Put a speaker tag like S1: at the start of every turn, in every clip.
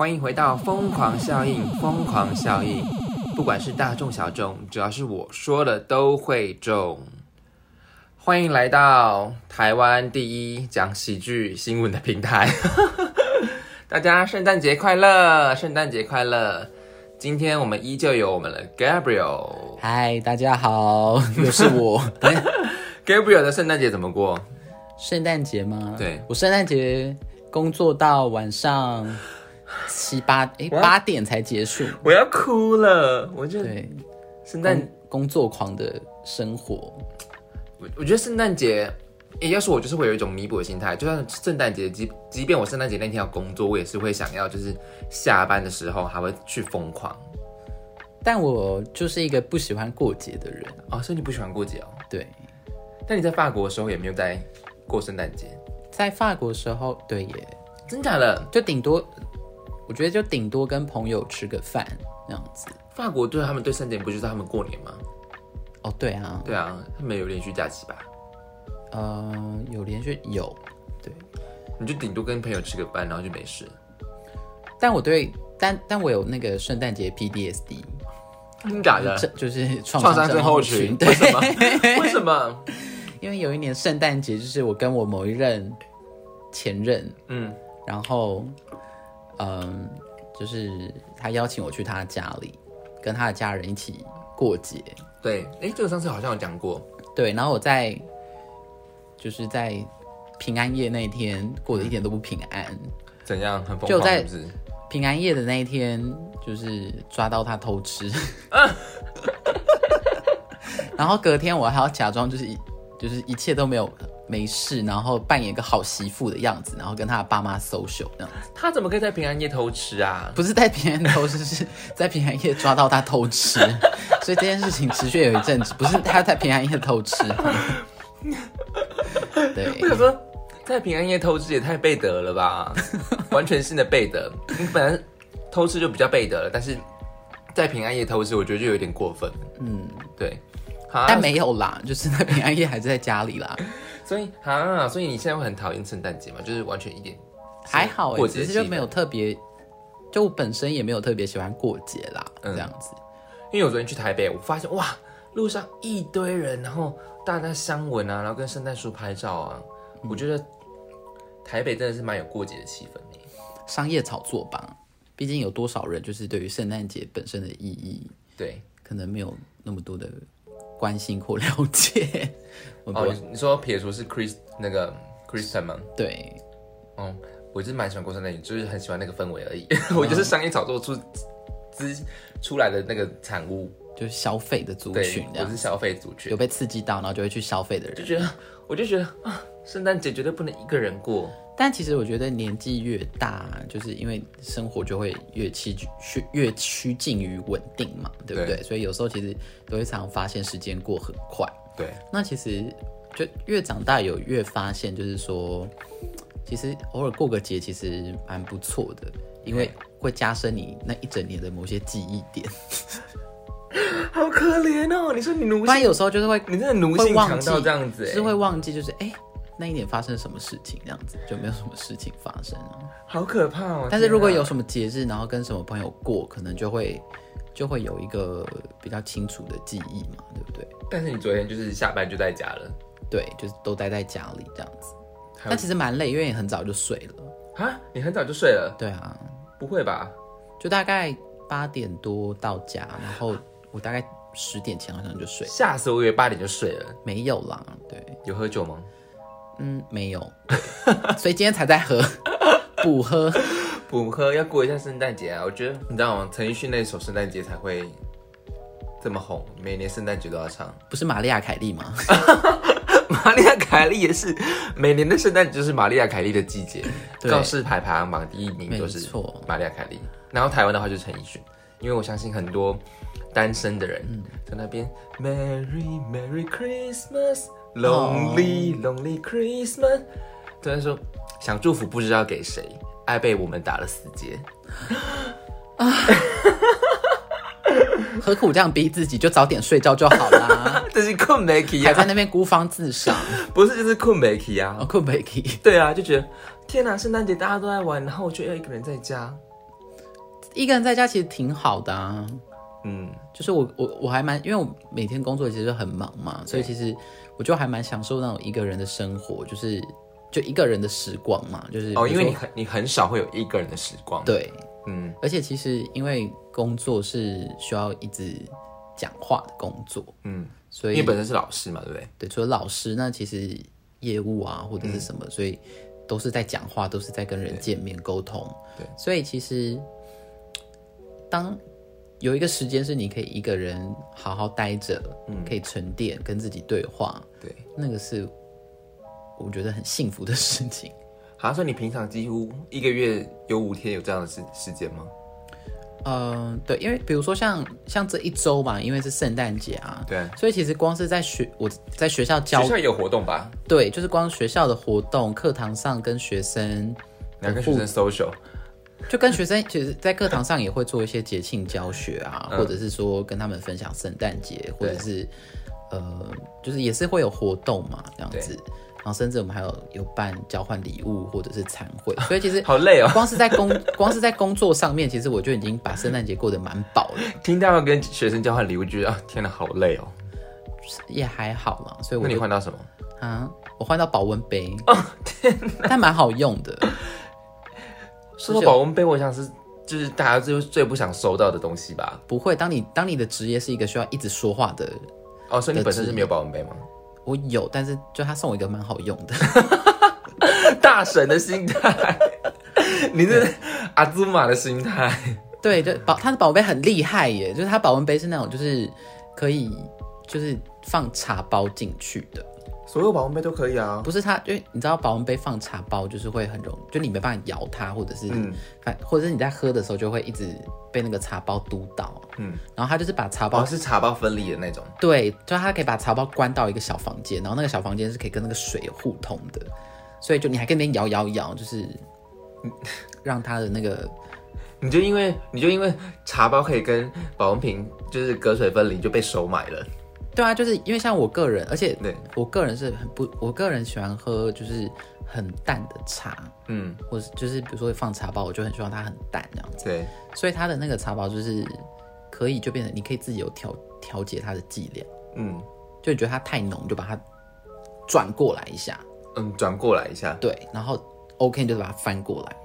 S1: 欢迎回到《疯狂效应》，疯狂效应，不管是大众小众，只要是我说了都会中。欢迎来到台湾第一讲喜剧新闻的平台， 大家圣诞节快乐，圣诞节快乐！今天我们依旧有我们的 Gabriel，Gabriel
S2: 嗨，大家好， 又是我。哎
S1: 的圣诞节怎么过？
S2: 圣诞节吗？
S1: 对，
S2: 我圣诞节工作到晚上七八哎
S1: 哇
S2: 八点才结束。
S1: 我要哭了，我就
S2: 对，
S1: 圣诞
S2: 工工作狂的生活，
S1: 我我觉得圣诞节，也要说我就是会有一种弥补的心态，就算圣诞节，即即便我圣诞节那天要工作，我也是会想要就是下班的时候还会去疯狂。
S2: 但我就是一个不喜欢过节的人。
S1: 哦，所以你不喜欢过节哦？
S2: 对，
S1: 但你在法国的时候也没有在过圣诞节，
S2: 在法国的时候，对耶，
S1: 真假的？
S2: 就顶多，我觉得就顶多跟朋友吃个饭那样子。
S1: 法国对他们对圣诞节不就是他们过年吗？
S2: 哦，对啊，
S1: 对啊，他们有连续假期吧？
S2: 呃，有连续有，对，
S1: 你就顶多跟朋友吃个饭，然后就没事。
S2: 但我对但但我有那个圣诞节 PDSD。
S1: 真假的
S2: 嗯这？就是创
S1: 创伤症
S2: 症
S1: 候群
S2: 群。？
S1: 为
S2: 对，
S1: 什么？为什么？
S2: 因为有一年圣诞节，就是我跟我某一任前任，
S1: 嗯，
S2: 然后，嗯，就是他邀请我去他家里，跟他的家人一起过节。
S1: 对，哎，这个上次好像有讲过。
S2: 对，然后我在就是在平安夜那一天过得一点都不平安。
S1: 怎样？很疯
S2: 就
S1: 狂
S2: 在
S1: 是不是？
S2: 平安夜的那一天，就是抓到他偷吃，然后隔天我还要假装就是一就是一切都没有没事，然后扮演一个好媳妇的样子，然后跟他的爸妈 social 这样子，
S1: 他怎么可以在平安夜偷吃 啊？
S2: 不是在平安偷吃，是 在平安夜抓到他偷吃，所以这件事情持续有一阵子，不是他在平安夜偷吃，对
S1: 我想说，在平安夜偷吃也太背德了吧，完全性的背德。你本来偷吃就比较背德了，但是在平安夜偷吃，我觉得就有点过分。嗯，对。啊
S2: 但没有啦，就是在平安夜还是在家里啦。
S1: 所以啊，所以你现在会很讨厌圣诞节嘛？就是完全一点
S2: 还好、欸，
S1: 过节
S2: 只
S1: 气
S2: 是
S1: 氛
S2: 就没有特别，就我本身也没有特别喜欢过节啦，
S1: 嗯
S2: 这样子。
S1: 因为我昨天去台北，我发现哇，路上一堆人，然后大家相吻啊，然后跟圣诞树拍照啊，我觉得台北真的是蛮有过节的气氛的。
S2: 商业炒作吧，毕竟有多少人就是对于圣诞节本身的意义，
S1: 对，
S2: 可能没有那么多的关心或了解。 我不、
S1: 哦，你你说撇除是 Chris 那个 Kristen 吗？
S2: 对，
S1: 哦，我就是蛮喜欢过圣诞节，就是很喜欢那个氛围而已。
S2: 嗯
S1: 我就是商业炒作出之出来的那个产物，
S2: 就是消费的族
S1: 对
S2: 群，这
S1: 我
S2: 样
S1: 是消费族群
S2: 有，被刺激到，然后就会去消费的
S1: 就
S2: 人。
S1: 觉得我就觉得啊，圣诞节绝对不能一个人过。
S2: 但其实我觉得年纪越大，就是因为生活就会越趋趋越趋近于稳定嘛，对不
S1: 对
S2: 对？所以有时候其实都会常发现时间过很快。
S1: 对，
S2: 那其实就越长大有越发现，就是说，其实偶尔过个节其实蛮不错的，因为会加深你那一整年的某些记忆点。
S1: 好可怜哦！你说你奴
S2: 不然
S1: 性，
S2: 有时候就是会
S1: 你真的奴
S2: 会
S1: 性
S2: 忘
S1: 强
S2: 记
S1: 到这样子、欸
S2: 就是会忘记，就是哎、那一年发生什么事情，这样子就没有什么事情发生啊。
S1: 好可怕哦。
S2: 但是如果有
S1: 天
S2: 什么节日，然后跟什么朋友过，可能就会就会有一个比较清楚的记忆嘛，对不对？
S1: 哪，但是你昨天就是下班就在家了
S2: 对，就是都待在家里这样子。
S1: 还有
S2: 那其实蛮累，因为你很早就睡了。
S1: 啊？你很早就睡了？
S2: 对啊，
S1: 不会吧？
S2: 就大概八点多到家，然后我大概十点前好像就睡了，
S1: 吓死我！以为八点就睡了。
S2: 没有啦，对，
S1: 有喝酒吗？
S2: 嗯，没有， 对所以今天才在喝，补喝。
S1: 补课要过一下圣诞节啊！我觉得你知道吗？陈奕迅那首《圣诞节》才会这么红，每年圣诞节都要唱。
S2: 不是玛利亚凯莉吗？
S1: 玛利亚·凯莉也是，每年的圣诞节就是玛利亚·凯莉的季节。
S2: 对
S1: 告示牌排行榜第一名都
S2: 没
S1: 是
S2: 错
S1: 玛利亚·凯莉，然后台湾的话就是陈奕迅，因为我相信很多单身的人在那边、Merry Merry Christmas，Lonely、Lonely
S2: 哦
S1: Christmas，都在说想祝福不知道给谁，爱被我们打了死结。
S2: 何苦这样逼自己？就早点睡觉就 好啦，
S1: 啊这是困美 k
S2: 还
S1: 啊
S2: 在，那边孤芳自赏，
S1: 不是就是困美 k 啊
S2: 哦，。困不可以。
S1: 对啊，就觉得天哪、圣诞节大家都在玩，然后我就要一个人在家，
S2: 一个人在家其实挺好的啊。
S1: 嗯，
S2: 就是我我我还蛮，因为我每天工作其实很忙嘛，所以其实我就还蛮享受那种一个人的生活，就是就一个人的时光嘛，就是
S1: 哦，
S2: 比
S1: 因为
S2: 如说
S1: 你很你很少会有一个人的时光。，
S2: 对，
S1: 嗯，
S2: 而且其实因为工作是需要一直讲话的工作，
S1: 嗯，
S2: 所
S1: 因
S2: 以
S1: 为本身是老师嘛，对不对？
S2: 对，除了老师，那其实业务啊或者是什么，
S1: 嗯
S2: 所以都是在讲话，都是在跟人见面沟通。
S1: 对
S2: 所以其实当有一个时间是你可以一个人好好待着，
S1: 嗯
S2: 可以沉淀，跟自己对话，
S1: 对，
S2: 那个是我觉得很幸福的事情。
S1: 好像说你平常几乎一个月有五天有这样的时时间吗？
S2: 嗯，对，因为比如说像像这一周吧，因为是圣诞节啊，
S1: 对，
S2: 所以其实光是在学我在学校教
S1: 学校也有活动吧？
S2: 对，就是光学校的活动，课堂上跟学生
S1: 你要跟学生 social，
S2: 就跟学生，其实，在课堂上也会做一些节庆教学啊，
S1: 嗯
S2: 或者是说跟他们分享圣诞节，或者是呃，就是也是会有活动嘛，这样子。然后甚至我们还有有办交换礼物或者是餐 会，所以其实
S1: 好累哦。
S2: 光是在工光是在工作上面，其实我就已经把圣诞节过得蛮饱了，
S1: 听到要跟学生交换礼物，觉得啊，天哪，好累哦。
S2: 也还好啦。所以我
S1: 那你哦
S2: 就
S1: 换到什么？
S2: 啊，我换到保温杯，但蛮好用的。
S1: 说说保温杯，我想是就是大家最最不想收到的东西吧。
S2: 不会，当你当你的职业是一个需要一直说话的，
S1: 哦，所以你本身是没有保温杯吗？
S2: 我有，但是就他送我一个蛮好用的。
S1: 大神的心态， 你这是阿祖玛的心态，
S2: 对，就保它的保温杯很厉害耶，就是它保温杯是那种就是可以就是放茶包进去的，
S1: 所有保温杯都可以啊。
S2: 不是它，因为你知道保温杯放茶包就是会很容易，就你没办法摇它，或者是、反或者是你在喝的时候就会一直被那个茶包嘟到，嗯，然后它就是把茶包。
S1: 哦，是茶包分离的那种。
S2: 对，就它可以把茶包关到一个小房间，然后那个小房间是可以跟那个水互通的，所以就你还跟别人摇摇摇，就是让它的那个
S1: 你就因为你就因为茶包可以跟保温瓶就是隔水分离，就被收买了。
S2: 对啊，就是因为像我个人，而且
S1: 对
S2: 我个人是很不，我个人喜欢喝就是很淡的茶，
S1: 嗯，
S2: 或是就是比如说放茶包，我就很希望它很淡这样子，
S1: 对，
S2: 所以它的那个茶包就是可以就变成你可以自己有调调节它的剂量，
S1: 嗯
S2: 就你觉得它太浓，你就把它转过来一下，
S1: 嗯，转过来一下。
S2: 对，然后 OK 你就把它翻过来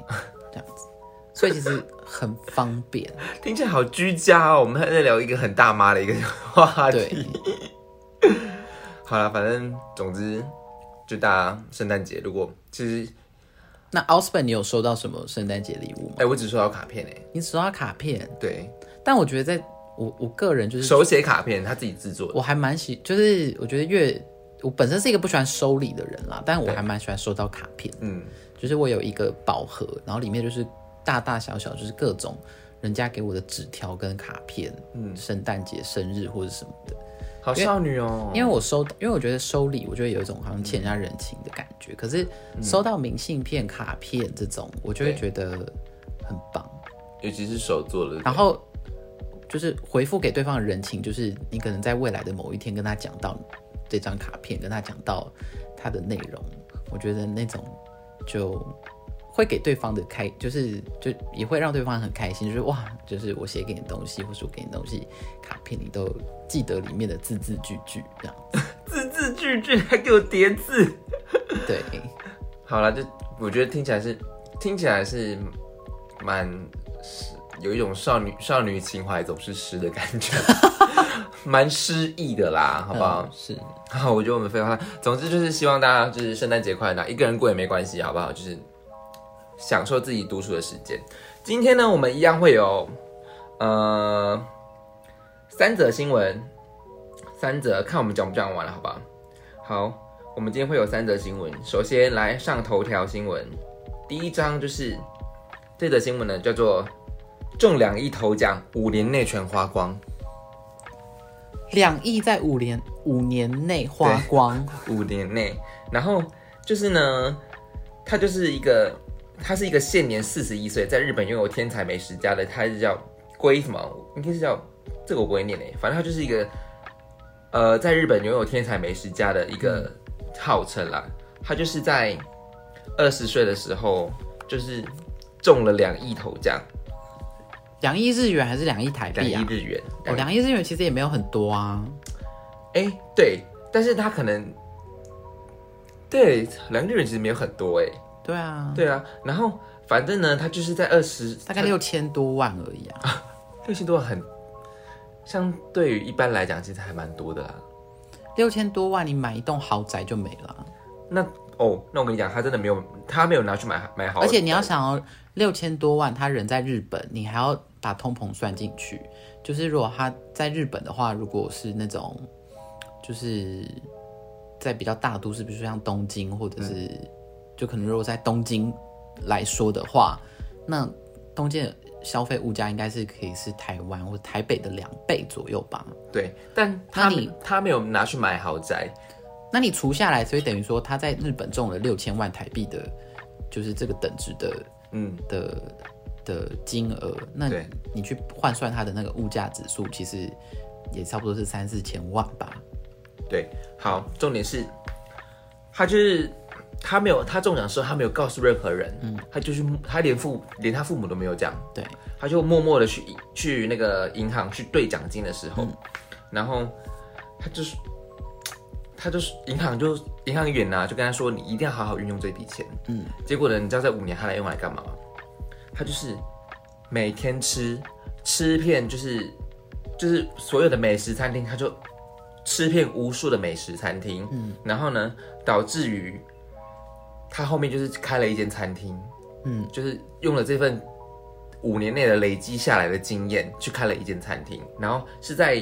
S2: 这样子，所以其实很方便，
S1: 听起来好居家哦。我们还在聊一个很大妈的一个话
S2: 对
S1: 题。好了，反正总之就大家圣诞节，如果其实
S2: 那 o s b o n 你有收到什么圣诞节礼物吗
S1: 哎、？我只收到卡片哎、
S2: 你收到卡片，
S1: 对，
S2: 但我觉得在我我个人就是
S1: 手写卡片他自己制作的。
S2: 我还蛮喜，就是我觉得越我本身是一个不喜欢收礼的人啦，但我还蛮喜欢收到卡片。
S1: 嗯，
S2: 就是我有一个宝盒，然后里面就是大大小小就是各种人家给我的纸条跟卡片，嗯，圣诞节、生日或者什么的。
S1: 好少女哦。
S2: 因为我收，因为我觉得收礼，我就会有一种好像欠人家人情的感觉。可是收到明信片、卡片这种，我就会觉得很棒。
S1: 尤其是手做的，
S2: 然后就是回复给对方的人情，就是你可能在未来的某一天跟他讲到这张卡片，跟他讲到它的内容，我觉得那种就会给对方的开，就是就也会让对方很开心，就是哇，就是我写给你的东西，或是我给你的东西，卡片你都记得里面的字字句句这样，
S1: 字字句句还给我叠字。
S2: 对，
S1: 好了，就我觉得听起来是听起来是蛮是有一种少女少女情怀总是诗的感 觉，蛮诗意的啦，好不好
S2: 嗯？是，
S1: 好， 我觉得我们废话，总之就是希望大家就是圣诞节快乐，一个人过也没关系，好不好？就是享受自己独处的时间。今天呢，我们一样会有呃三则新闻，三则看我们讲不讲完了，好不好？好，我们今天会有三则新闻，首先来上头条新闻，第一张就是这则新闻呢，叫做中两亿头奖，五年内全花光，
S2: 两亿在五年五年内花光，
S1: 五年内，然后就是呢，他就是一个，他是一个现年四十一岁，在日本拥有天才美食家的，他是叫龟什么？应该是叫这个我不会念诶，反正他就是一个，呃，在日本拥有天才美食家的一个号称啦，他就是在二十岁的时候就是中了两亿头奖，
S2: 两亿日元还是两亿台
S1: 两
S2: 币
S1: 亿
S2: 啊？
S1: 日元。
S2: 哦，两亿日元其实也没有很多啊。
S1: 哎、对，但是他可能对两亿日元其实没有很多哎、
S2: 对啊，
S1: 对啊，然后反正呢，他就是在二十
S2: 大概六千多万而已啊。
S1: 六千多很，相对于一般来讲，其实还蛮多的啦。
S2: 六千多万你买一栋豪宅就没了啊，
S1: 那哦，那我跟你讲，他真的没有，他没有拿去买买好，
S2: 而且你要想哦，六千多万他人在日本，你还要把通膨算进去。就是如果他在日本的话，如果是那种就是在比较大都市，比如说像东京，或者是、就可能如果在东京来说的话，那东京的消费物价应该是可以是台湾或台北的两倍左右吧。
S1: 对，但他
S2: 那你
S1: 他没有拿去买豪宅，
S2: 那你除下来，所以等于说他在日本中了六千万台币的，就是这个等值的
S1: 嗯，
S2: 的的金额，那
S1: 对
S2: 你去换算它的那个物价指数，其实也差不多是三四千万吧。
S1: 对，好，重点是，他就是他没有他中奖的时候，他没有告诉任何人，嗯，他就是他连父连他父母都没有讲，
S2: 对，
S1: 他就默默的去去那个银行去兑奖金的时候，然后他就是他就是银行就银行员呐、啊就跟他说你一定要好好运用这笔钱。嗯，结果呢，你知道在五年他来用来干嘛吗？他就是每天吃吃遍，就是就是所有的美食餐厅，他就吃遍无数的美食餐厅。嗯，然后呢，导致于他后面就是开了一间餐厅。嗯，就是用了这份五年内的累积下来的经验，去开了一间餐厅，然后是在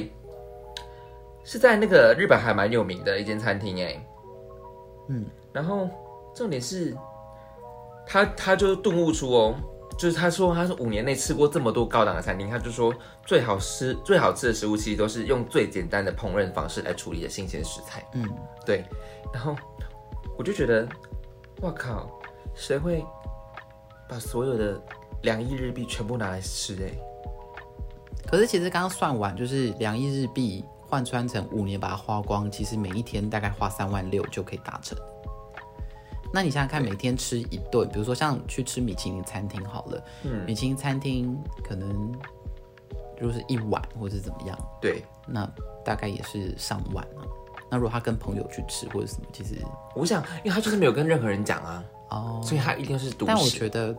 S1: 是在那个日本还蛮有名的一间餐厅哎，
S2: 嗯，
S1: 然后重点是他他就顿悟出哦，就是他说他是五年内吃过这么多高档的餐厅，他就说最好吃最好吃的食物其实都是用最简单的烹饪方式来处理的新鲜食材，
S2: 嗯，
S1: 对，然后我就觉得，哇靠，谁会把所有的两亿日币全部拿来吃、欸？
S2: 可是其实刚刚算完，就是两亿日币换算成五年把它花光，其实每一天大概花三万六就可以达成。那你想想看，每天吃一顿，比如说像去吃米其林餐厅好了，
S1: 嗯
S2: 米其林餐厅可能就是一碗或是怎么样，
S1: 对，
S2: 那大概也是上万啊。那如果他跟朋友去吃或者什么，其实
S1: 我想，因为他就是没有跟任何人讲啊，
S2: 哦，
S1: 所以他一定是独
S2: 但我
S1: 食。
S2: 觉得，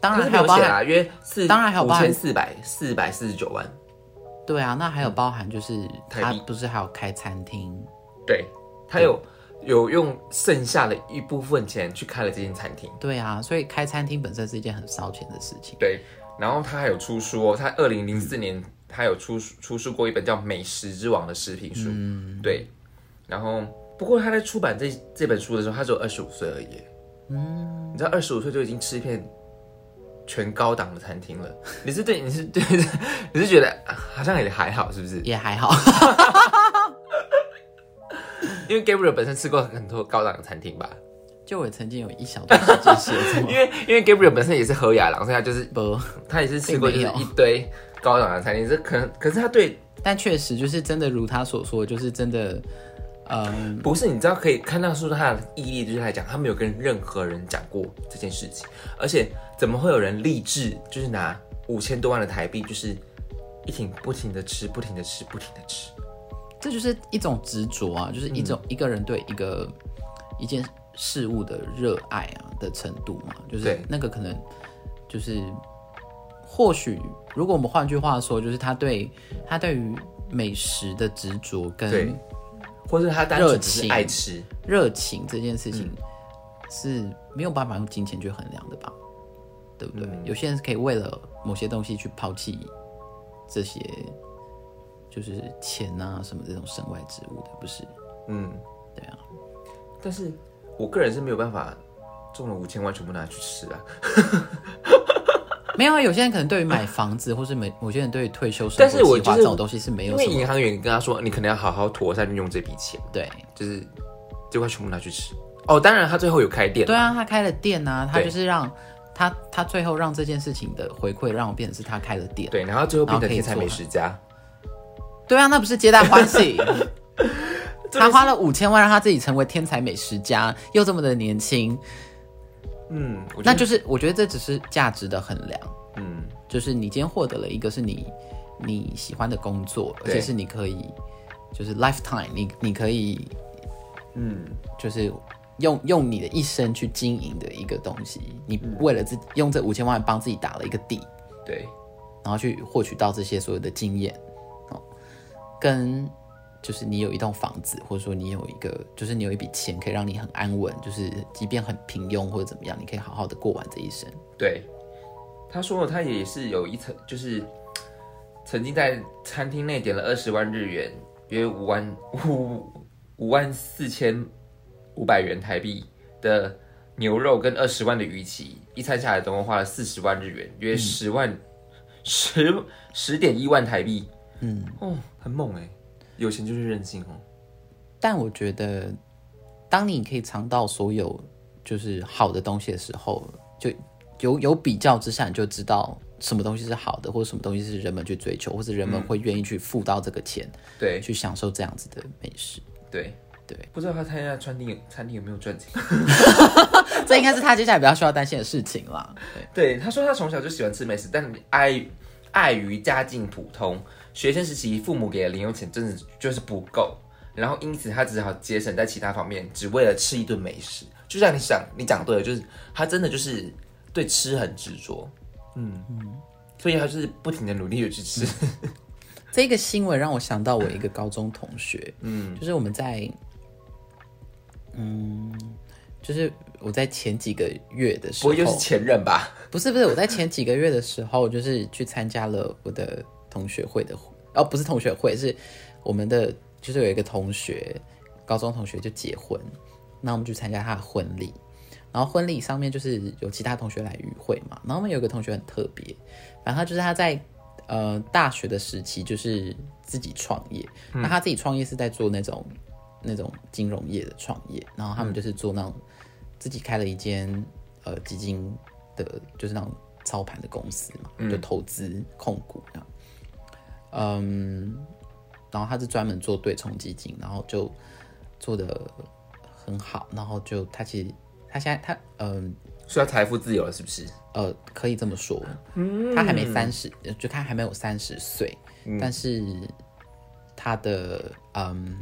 S2: 当
S1: 可
S2: 然
S1: 是没
S2: 还有
S1: 有
S2: 包
S1: 写
S2: 含
S1: 啊，约四
S2: 当然还有
S1: 五
S2: 包含
S1: 千四百四百四十九万，
S2: 对啊，那还有包含就是
S1: 嗯台
S2: 他
S1: 币
S2: 不是还有开餐厅，
S1: 对他有有用剩下的一部分钱去开了这间餐厅，
S2: 对啊，所以开餐厅本身是一件很烧钱的事情。
S1: 对，然后他还有出书哦，他二零零四
S2: 嗯
S1: 年他有出书出书过一本叫《美食之王》的食品书，
S2: 嗯
S1: 对，然后不过他在出版这这本书的时候，他只有二十五岁而已，嗯，你知道二十五岁就已经吃遍全高档的餐厅了，你是对你是对 你是觉得啊好像也还好是不是？
S2: 也还好，
S1: 因为 Gabriel 本身吃过很多高档的餐厅吧，
S2: 就我也曾经有一小段时间写这么
S1: 因为因为 Gabriel 本身也是喝雅郎，所以他就是
S2: 多，
S1: 他也是吃过就是
S2: 并没
S1: 一堆高档的餐厅，这可能可是他对
S2: 但确实就是真的如他所说，就是真的，嗯，
S1: 不是，你知道可以看到说他的毅力，就是来讲，他没有跟任何人讲过这件事情，而且怎么会有人立志就是拿五千多万的台币，就是一挺不停的吃，不停的吃，不停的吃，
S2: 这就是一种执着啊，就是一种、一个人对一个一件事物的热爱啊的程度嘛，就是
S1: 对
S2: 那个可能就是或许，如果我们换句话说，就是他对他对于美食的执着
S1: 对
S2: 跟
S1: 或者他单纯只是爱吃，
S2: 热情这件事
S1: 嗯
S2: 情是没有办法用金钱去衡量的吧？对不对？
S1: 嗯
S2: 有些人是可以为了某些东西去抛弃这些，就是钱啊什么这种身外之物的，不是？
S1: 嗯，
S2: 对啊，
S1: 但是我个人是没有办法中了五千万全部拿去吃啊，
S2: 没有啊，有些人可能对于买房子，或是某某些人对于退休生
S1: 但是
S2: 活
S1: 我
S2: 计
S1: 就
S2: 划
S1: 是
S2: 这种东西是没
S1: 因
S2: 有
S1: 为
S2: 什么
S1: 银行员跟他说，你可能要好好妥善运用这笔钱，
S2: 对。
S1: 就是就快全部拿去吃。哦，当然他最后有开店，
S2: 对啊，他开了店啊，他
S1: 对
S2: 就是让他他最后让这件事情的回馈让我变成是他开了店。
S1: 对，然后最后变
S2: 然后
S1: 成
S2: 可以
S1: 天才
S2: 做
S1: 美食家。
S2: 对啊，那不是皆大 欢喜。他花了五千万让他自己成为天才美食家，又这么的年轻，
S1: 嗯，我觉得
S2: 那就是我觉得这只是价值的衡量。
S1: 嗯，
S2: 就是你今天获得了一个是你你喜欢的工作，而
S1: 对
S2: 且是你可以就是 lifetime，你你可以
S1: 嗯，
S2: 就是用用你的一生去经营的一个东西，你
S1: 嗯
S2: 为了自己用这五千万帮自己打了一个底，
S1: 对，
S2: 然后去获取到这些所有的经验，哦，跟就是你有一栋房子，或者说你有一个，就是你有一笔钱，可以让你很安稳，就是即便很平庸或者怎么样，你可以好好的过完这一生。
S1: 对，他说他也是有一层，就是曾经在餐厅内点了二十万日元，约五万五五万四千五百元台币的牛肉跟二十万的鱼鳍，一餐下来总共花了四十万日元，约十万十十点一万台币。嗯，哦，很猛哎，有钱就是任性哦。
S2: 但我觉得，当你可以尝到所有就是好的东西的时候，就有有比较之下，你就知道什么东西是好的，或者什么东西是人们去追求，或者人们会愿意去付到这个钱、
S1: 对
S2: 去享受这样子的美食。
S1: 对
S2: 对，
S1: 不知道他参加餐厅餐厅有没有赚钱。
S2: 这应该是他接下来比较需要担心的事情啦。
S1: 对，他说他从小就喜欢吃美食，但碍碍于家境普通，学生时期父母给的零用钱真的就是不够，然后因此他只好节省在其他方面，只为了吃一顿美食。就像你想，你讲对了，就是他真的就是对吃很执着，嗯所以他就是不停的努力的去吃，
S2: 这个新闻让我想到我一个高中同学，
S1: 嗯
S2: 嗯，就是我们在，嗯，就是我在前几个月的时
S1: 不
S2: 候，
S1: 会就是前任吧？
S2: 不是不是，我在前几个月的时候，就是去参加了我的同学会的，哦，不是同学会，是我们的，就是有一个同学，高中同学就结婚，那我们去参加他的婚礼，然后婚礼上面就是有其他同学来与会嘛，然后我们有一个同学很特别，反正他就是他在呃大学的时期就是自己创业，那他自己创业是在做那种那种金融业的创业，然后他们就是做那种自己开了一间呃基金的，就是那种操盘的公司嘛，就投资控股这样。嗯，然后他是专门做对冲基金，然后就做的很好，然后就他其实他现在他嗯
S1: 所以他财富自由了，是不是？
S2: 呃，可以这么说，他还没三十，就他还没有三十岁，但是他的嗯，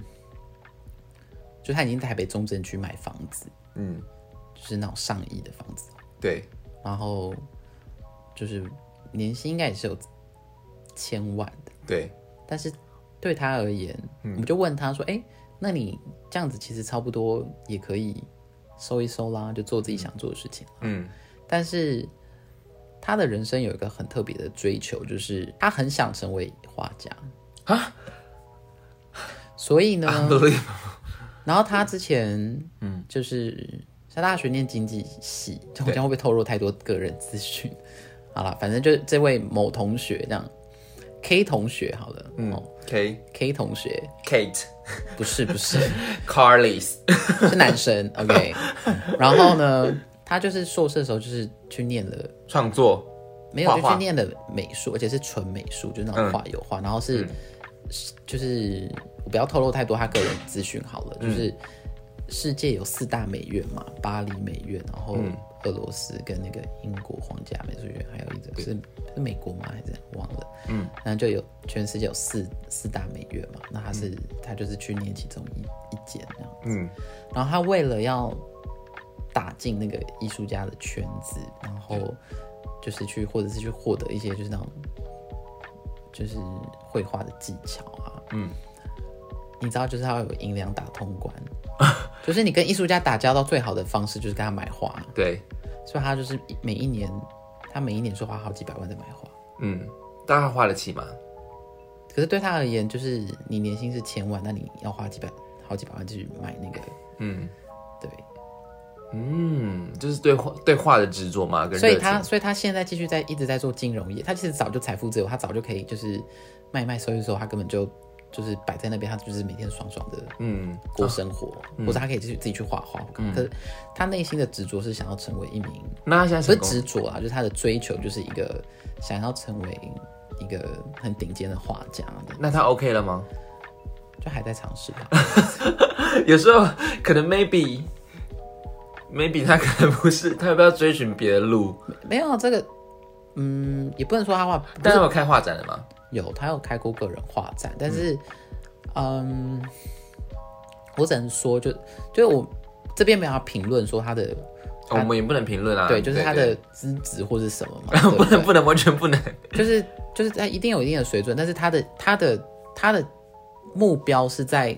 S2: 就他已经在台北中正区买房子，
S1: 嗯，
S2: 就是那种上亿的房子，
S1: 对，
S2: 然后就是年薪应该也是有千万的，
S1: 对，
S2: 但是对他而言，我们就问他说：“哎、那你这样子其实差不多也可以收一收啦，就做自己想做的事情。”
S1: 嗯，
S2: 但是他的人生有一个很特别的追求，就是他很想成为画家啊。所以呢，然后他之前嗯，就是在大学念经济系，这好像会不会透露太多个人资讯？ 好了，反正就是这位某同学这样，K 同学好了，嗯、哦、
S1: K
S2: ，K 同学
S1: Kate
S2: 不是不是
S1: Carlys，
S2: 是男生，OK，然后呢，他就是硕士的时候就是去念了。
S1: 创作
S2: 没有，
S1: 画
S2: 就
S1: 嗯
S2: 去
S1: 画
S2: 念的美术，而且是纯美术，就是那种画油画，然后是、是就是我不要透露太多他个人资讯好了，
S1: 嗯
S2: 就是世界有四大美院嘛，巴黎美院，然后
S1: 嗯
S2: 俄罗斯跟那个英国皇家美术院，还有一个是是美国吗？还是忘了？嗯，然后就有全世界有四四大美院嘛，那他是、他就是去念其中一一间这样，
S1: 嗯，
S2: 然后他为了要打进那个艺术家的圈子，然后就是去或者是去获得一些就是那种就是绘画的技巧啊，
S1: 嗯，
S2: 你知道就是要有银两打通关，就是你跟艺术家打交道最好的方式就是跟他买画，
S1: 对，
S2: 所以他就是每一年他每一年是花好几百万在买画，
S1: 嗯，大家花得起吗？
S2: 可是对他而言就是你年薪是千万，那你要花几百好几百万去买那个，
S1: 嗯。
S2: 对，
S1: 嗯，就是对画对画的执着嘛，跟
S2: 所以
S1: 热情
S2: 他，所以他现在继续在一直在做金融业，他其实早就财富自由，他早就可以就是卖一卖收一收，他根本就就是摆在那边，他就是每天爽爽的
S1: 嗯，
S2: 过生活，或者他可以自己自己去画画。可是他内心的执着是想要成为一名，
S1: 那他现在
S2: 不
S1: 嗯
S2: 是
S1: 成功，
S2: 执着啊，就是他的追求就是一个想要成为一个很顶尖的画家的，
S1: 那他 OK 了吗？
S2: 就还在尝试吧。
S1: 有时候可能 maybe maybe 他可能不是，他要不要追寻别的路？
S2: 没有啊这个，嗯，也不能说他画，不
S1: 但
S2: 是
S1: 是我开画展了吗？
S2: 有他有开过个人画展，但是，嗯，我只能说就，就是我这边没有要评论说他的，
S1: 我们也不能评论啊。
S2: 对，就是他的
S1: 对，
S2: 资质或是什么
S1: 对
S2: 嘛，对
S1: 不
S2: 不
S1: 能
S2: 对？
S1: 不能完全不能。
S2: 就是就是他一定有一定的水准，但是他的他的他的目标是在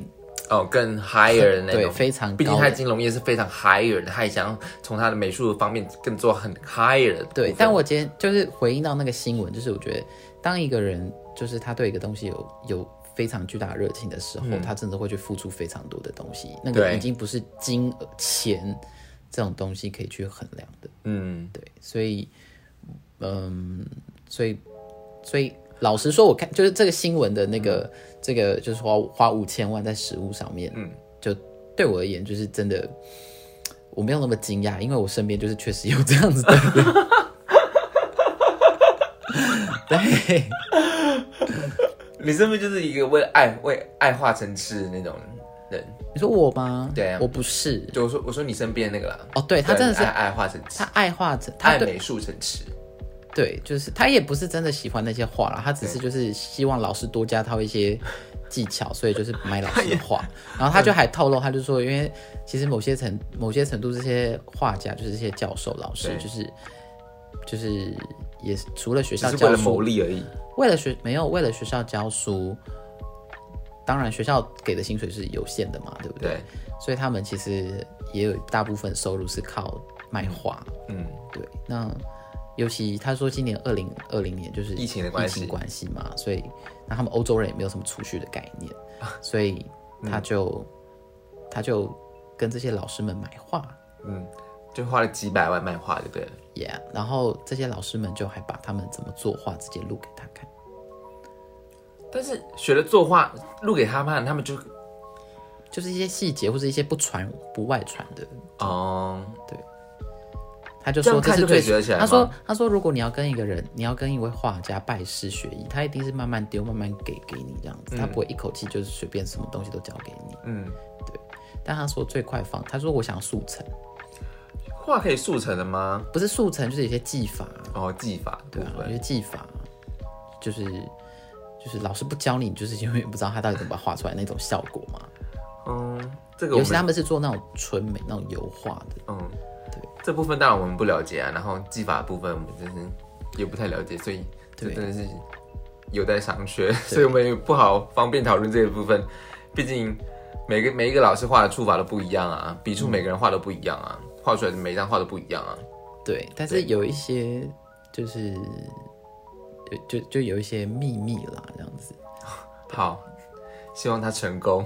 S1: 哦，更 higher 的那
S2: 对
S1: 种。
S2: 非常
S1: 毕竟
S2: 高
S1: 他
S2: 的
S1: 的金融业是非常 higher 的，他也想从他的美术方面更做很 higher 的部分。
S2: 对，但我今天就是回应到那个新闻，就是我觉得当一个人就是他对一个东西有有非常巨大的热情的时候，他真的会去付出非常多的东西，那个
S1: 嗯对
S2: 已经不是金额钱这种东西可以去衡量的。
S1: 嗯，
S2: 对，所以，嗯，所以，所以，老实说，我看就是这个新闻的那个，
S1: 嗯
S2: 这个就是花花五千万在食物上面，嗯，就对我而言，就是真的，我没有那么惊讶，因为我身边就是确实有这样子的人。 对，
S1: 你是不是就是一个为了爱为爱化成痴的那种人？
S2: 你说我吗？
S1: 对啊
S2: 我不是。
S1: 就我说我说你身边那个啦。
S2: 哦，对他真的是
S1: 爱爱化成痴
S2: 他，爱画者，他
S1: 爱
S2: 对
S1: 美术成痴。
S2: 对，就是他也不是真的喜欢那些画啦，他只是就是希望老师多加他一些技巧，所以就是买老师的画。然后他就还透露，他就说，因为其实某些程某些程度，这些画家就是这些教授老师，
S1: 对
S2: 就是就是也是除了学
S1: 只
S2: 校
S1: 是为
S2: 教
S1: 了
S2: 书，
S1: 牟利而已。
S2: 为了学没有为了学校教书，当然学校给的薪水是有限的嘛，对不对？
S1: 对，
S2: 所以他们其实也有大部分收入是靠卖画。
S1: 嗯，
S2: 对，那尤其他说今年二零二零年就是
S1: 疫情的关系
S2: 疫情关系嘛，所以那他们欧洲人也没有什么储蓄的概念，
S1: 啊
S2: 所以他就、他就跟这些老师们买画
S1: 就花了几百万卖画，对不对？
S2: ，Yeah，然后这些老师们就还把他们怎么作画直接录给他看，
S1: 但是学了作画，录给他们，他们就
S2: 就是一些细节或是一些不传不外传的。
S1: 哦，
S2: 他就
S1: 这样
S2: 说
S1: 看
S2: 是
S1: 就可以
S2: 最
S1: 学得起来
S2: 他说
S1: 吗
S2: 他说如果你要跟一个人，你要跟一位画家拜师学艺，他一定是慢慢丢，慢慢给给你这样子，他不会一口气就是随便什么东西都交给你。
S1: 嗯，
S2: 但他说最快方，他说我想速成，
S1: 画可以速成的吗？
S2: 不是速成，就是有些技法，
S1: 哦，技法的
S2: 对啊
S1: 部，
S2: 有
S1: 分，
S2: 些技法，就是就是老师不教你，你就是永远不知道他到底怎么把它画出来那种效果嘛。
S1: 嗯，这个我
S2: 尤其他
S1: 们，
S2: 们是做那种纯美那种油画的，
S1: 嗯，这部分当然我们不了解啊，然后技法的部分我们就是也不太了解，所以这
S2: 对
S1: 真的是有待商榷， 所以我们也不好方便讨论这个部分，毕竟每个每一个老师画的触法都不一样啊，笔触每个人画都不一样啊，画出来的每一张画都不一样啊，
S2: 对。但是有一些就是有就就有一些秘密啦，这样子。
S1: 好，希望他成功。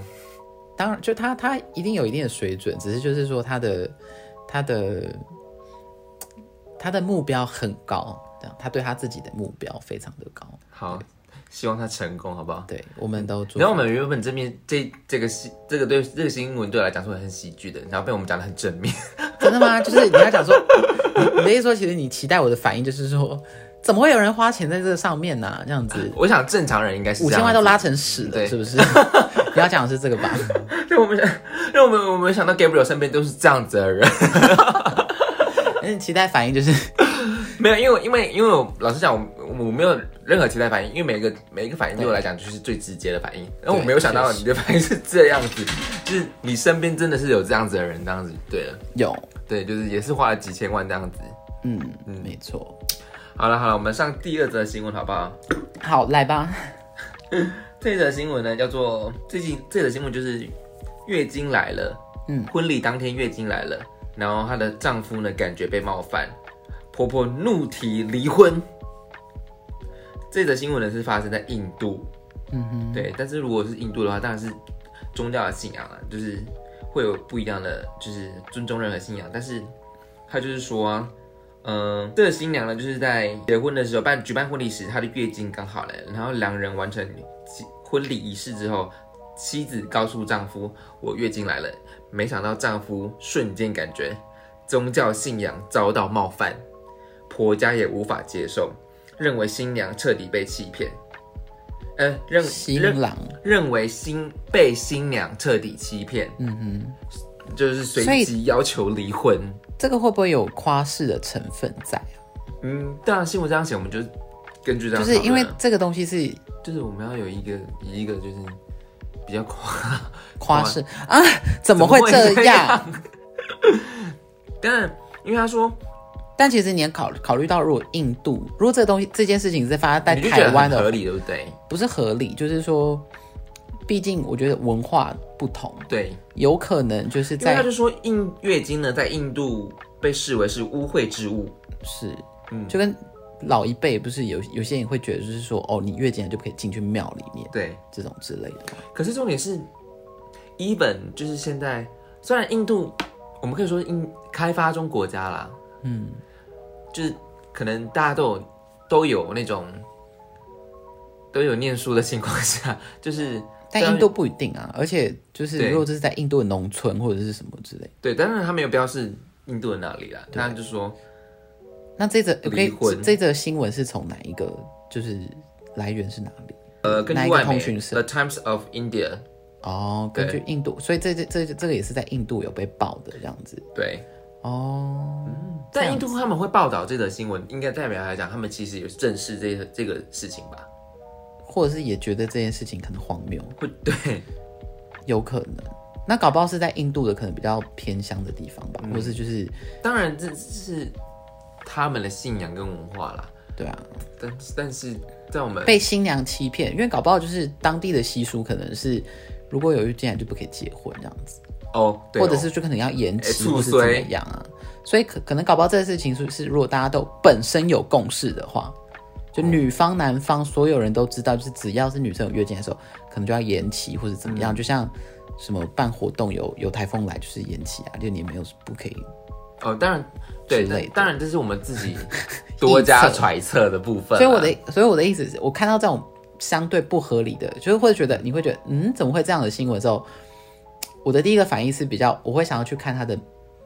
S2: 当然，就他他一定有一定的水准，只是就是说他的他的他的目标很高，这样他对他自己的目标非常的高。
S1: 好，希望他成功，好不好？
S2: 对，我们都祝
S1: 然后我们原本这边这这个新这个对这个新闻对我来讲是很喜剧的，然后被我们讲的很正面，
S2: 真的吗？就是你要讲说，你你的意思说，其实你期待我的反应就是说，怎么会有人花钱在这上面呢、这样子，
S1: 我想正常人应该是
S2: 五
S1: 这样
S2: 千
S1: 子
S2: 万都拉，成屎
S1: 对
S2: 了，是不 是？你要讲的是这个吧？
S1: 对我们想， 让我们我们想到 Gabriel 身边都是这样子的人，
S2: 嗯，期待反应就是
S1: 没有，因为因为因为我老实讲，我我没有任何期待反应，因为每一个每一个反应对我来讲就是最直接的反应，然后我没有想到
S2: 确实
S1: 你的反应是这样子， 就是你身边真的是有这样子的人，这样子，对了，
S2: 有，
S1: 对，就是也是花了几千万这样子。
S2: 嗯，没错。
S1: 好了好了，我们上第二则新闻好不好？
S2: 好，来吧。
S1: 这则新闻呢，叫做最近这则新闻就是月经来了，嗯，婚礼当天月经来了，然后她的丈夫呢感觉被冒犯，婆婆怒提离婚。这则新闻呢是发生在印度，
S2: 嗯哼，
S1: 对，但是如果是印度的话，当然是宗教的信仰啊，就是会有不一样的，就是尊重任何信仰。但是他就是说、啊，嗯、这个新娘呢，就是在结婚的时候办举办婚礼时，她的月经刚好来了，然后两人完成其婚礼仪式之后，妻子告诉丈夫我月经来了，没想到丈夫瞬间感觉宗教信仰呃遭到冒犯，婆家也无法接受，认为新娘彻底被欺骗。呃，认认
S2: 新郎，
S1: 认为新被新娘彻底欺骗，
S2: 嗯哼，
S1: 就是
S2: 所
S1: 随
S2: 以
S1: 即要求离婚。
S2: 这个会不会有夸饰的成分在啊？
S1: 嗯，当然新闻这样写，我们就根据这样讨
S2: 就
S1: 论啊，
S2: 是因为这个东西是
S1: 就是我们要有一个一个就是比较夸
S2: 夸饰啊，
S1: 怎
S2: 怎么会这
S1: 这
S2: 样？？
S1: 当然，因为他说
S2: 但其实你也考考虑到，如果印度，如果这个东西这件事情是发生在
S1: 你就觉得
S2: 台
S1: 很
S2: 湾的
S1: 合
S2: 话，
S1: 理，对不对？
S2: 不是合理，就是说，毕竟我觉得文化不同，
S1: 对，
S2: 有可能就是
S1: 因为他
S2: 在
S1: 就说印月经呢，在印度被视为是污秽之物，
S2: 是，
S1: 嗯
S2: 就跟老一辈不是有有些人会觉得就是说，哦，你月经了就可以进去庙里面
S1: 对。
S2: 这种之类的嘛，
S1: 可是重点是，even 就是现在，虽然印度我们可以说印开发中国家啦，
S2: 嗯，
S1: 就是可能大家都有都有那种都有念书的情况下， 就是
S2: 但
S1: 对啊
S2: 印度不一定啊，而且就是
S1: 对
S2: 如果这是在印度的农村或者是什么之类，
S1: 对，当然他没有标示印度的哪里啦，他就说
S2: 那这则可
S1: 离
S2: 以
S1: 婚
S2: 这则新闻是从哪一个就是来源是哪里？
S1: 呃，根
S2: 哪
S1: 据
S2: 一个
S1: 外
S2: 通
S1: 媒《
S2: 讯
S1: The
S2: 社
S1: Times of India》
S2: 哦，根据印度，所以这这这这个也是在印度有被报的这样子
S1: 对，
S2: 哦，这
S1: 但
S2: 样
S1: 印度他们会报道这则新闻，应该代表来讲，他们其实有正视这个这个事情吧？
S2: 或者是也觉得这件事情很荒谬，
S1: 会对，
S2: 有可能。那搞不好是在印度的可能比较偏乡的地方吧，
S1: 嗯
S2: 或是就是
S1: 当然这是他们的信仰跟文化啦，
S2: 对啊，
S1: 但但是在我们
S2: 被新娘欺骗，因为搞不好就是当地的习俗可能是如果有遇见就不可以结婚这样子，
S1: 哦，对哦
S2: 或者是就可能要延
S1: 哎
S2: 期或
S1: 促
S2: 是怎么
S1: 衰
S2: 样啊，所以可可能搞不好这个事情是是如果大家都本身有共识的话，就
S1: 嗯
S2: 女方男方所有人都知道，就是只要是女生有月经的时候，可能就要延期或者怎么
S1: 嗯
S2: 样，就像什么办活动有有台风来就是延期啊，就你没有不可以
S1: 哦，当然对，
S2: 之类
S1: 但
S2: 的
S1: 当然这是我们自 己多加揣测的部分啦，
S2: 所以我的，所以我的意思是我看到这种相对不合理的，就是会觉得你会觉得，嗯，怎么会这样的新闻的时候，我的第一个反应是比较，我会想要去看它的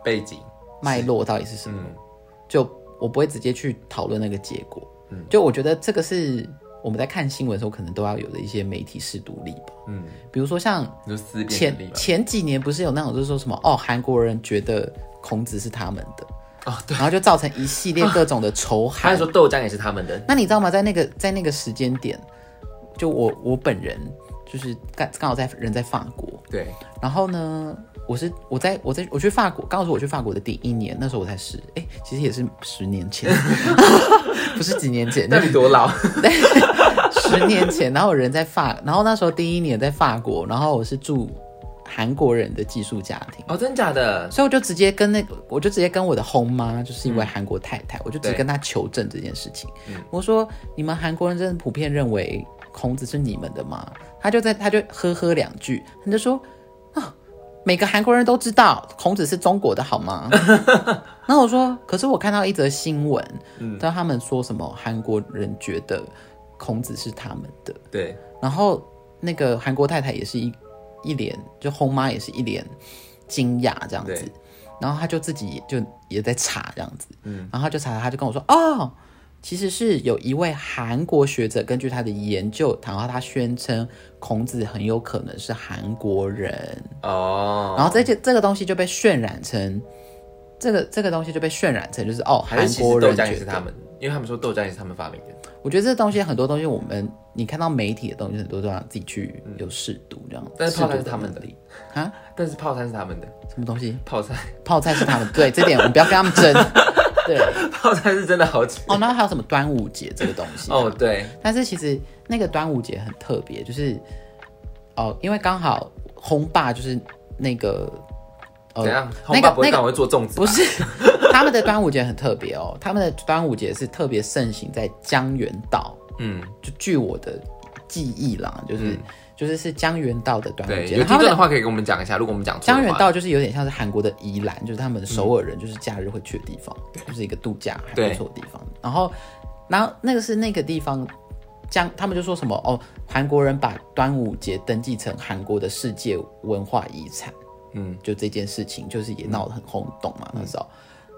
S1: 背景，
S2: 脉络到底是什么，
S1: 嗯
S2: 就我不会直接去讨论那个结果。就我觉得这个是我们在看新闻的时候，可能都要有的一些媒体适度力吧。
S1: 嗯，
S2: 比如说像
S1: 你就思辨能力
S2: 前
S1: 吧。
S2: 前几年不是有那种就是说什么哦，韩国人觉得孔子是他们的，
S1: 哦， 对，
S2: 然后就造成一系列各种 的仇
S1: 他
S2: 韩
S1: 还。说豆浆也是他们的，
S2: 那你知道吗？在那个在那个时间点，就我我本人就是刚刚好在人在法国，
S1: 对，
S2: 然后呢，我是我在我在我去法国，刚好是我去法国的第一年，那时候我才十，哎、其实也是十年前， 不是几年前，
S1: 到底多老？
S2: 十年前，然后我人在法，然后那时候第一年在法国，然后我是住韩国人的寄宿家庭。
S1: 哦，真假的？
S2: 所以我就直接跟那，我就直接跟我的红妈，就是一位韩国太太，我就直接
S1: 对
S2: 跟她求证这件事情。我说：“你们韩国人真的普遍认为孔子是你们的吗？”她就在，她就呵呵两句，她就说：“啊，每个韩国人都知道孔子是中国的好吗？”然后我说：“可是我看到一则新闻，但他们说什么韩国人觉得孔子是他们的，
S1: 对，
S2: 然后那个韩国太太也是一一脸，就后妈也是一脸惊讶这样子
S1: 对，
S2: 然后她就自己就也在查这样子，
S1: 嗯，
S2: 然后她就查，她就跟我说，哦，其实是有一位韩国学者根据他的研究，然后他宣称孔子很有可能是韩国人，
S1: 哦，
S2: 然后这件这个东西就被渲染成。这个这个东西就被渲染成就是哦，
S1: 还
S2: 韩
S1: 是其
S2: 国
S1: 实豆
S2: 人
S1: 浆
S2: 觉
S1: 也是
S2: 得
S1: 他们，因为他们说豆浆也是他们发明的。
S2: 我觉得这东西很多东西，我们你看到媒体的东西，很多都要自己去有适度这样。
S1: 嗯但是泡菜
S2: 适度
S1: 是他们的
S2: 能力啊？
S1: 但是泡菜是他们的，
S2: 什么东西？
S1: 泡菜
S2: 泡菜是他们 对这点，我们不要跟他们争。对
S1: 泡菜是真的好 吃。
S2: 哦，然后还有什么端午节这个东西？啊
S1: 哦，对，
S2: 但是其实那个端午节很特别，就是哦，因为刚好红爸就是那个呃
S1: 怎样？
S2: 那
S1: 哦啊红爸
S2: 个
S1: 不会
S2: 那
S1: 让我
S2: 个
S1: 会做粽子吧？
S2: 不是 他们的端午节很特别哦，他们的端午节是特别盛行在江原道。
S1: 嗯，
S2: 就据我的记忆啦，就是、就是是江原道的端午
S1: 对，
S2: 节，
S1: 有
S2: 然
S1: 听
S2: 后他
S1: 众的
S2: 们的
S1: 话可以跟我们讲一下，如果我们讲错
S2: 江
S1: 的
S2: 原
S1: 话，
S2: 道就是有点像是韩国的宜兰，就是他们首尔人就是假日会去的地方，就是一个度假还不错的地方。然后，然后那个是那个地方。江他们就说什么哦，韩国人把端午节登记成韩国的世界文化遗产，
S1: 嗯，
S2: 就这件事情就是也闹得很轰动嘛、那时候。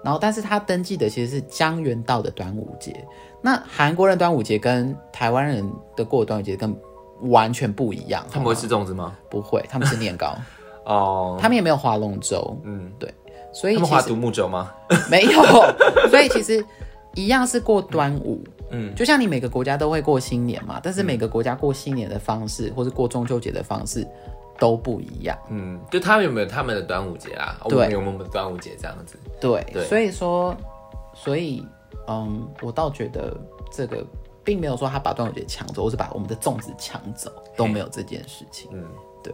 S2: 然后，但是他登记的其实是江原道的端午节。那韩国人端午节跟台湾人的过的端午节跟完全不一样，
S1: 他们会吃粽子吗？
S2: 不会，他们吃年糕，
S1: 哦，
S2: 他们也没有划龙舟，
S1: 嗯，
S2: 对，所以
S1: 他们
S2: 其
S1: 划
S2: 实
S1: 独木舟吗？
S2: 没有，所以其实一样是过端午，
S1: 嗯
S2: 就像你每个国家都会过新年嘛，但是每个国家过新年的方式，或是过中秋节的方式都不一样。
S1: 嗯，就他们有没有他们的端午节啦？我
S2: 对
S1: 们有我们的端午节这样子。
S2: 对，
S1: 对
S2: 所以说，所以，嗯，我倒觉得这个并没有说他把端午节抢走，或是把我们的粽子抢走，都没有这件事情。
S1: 嗯，
S2: 对，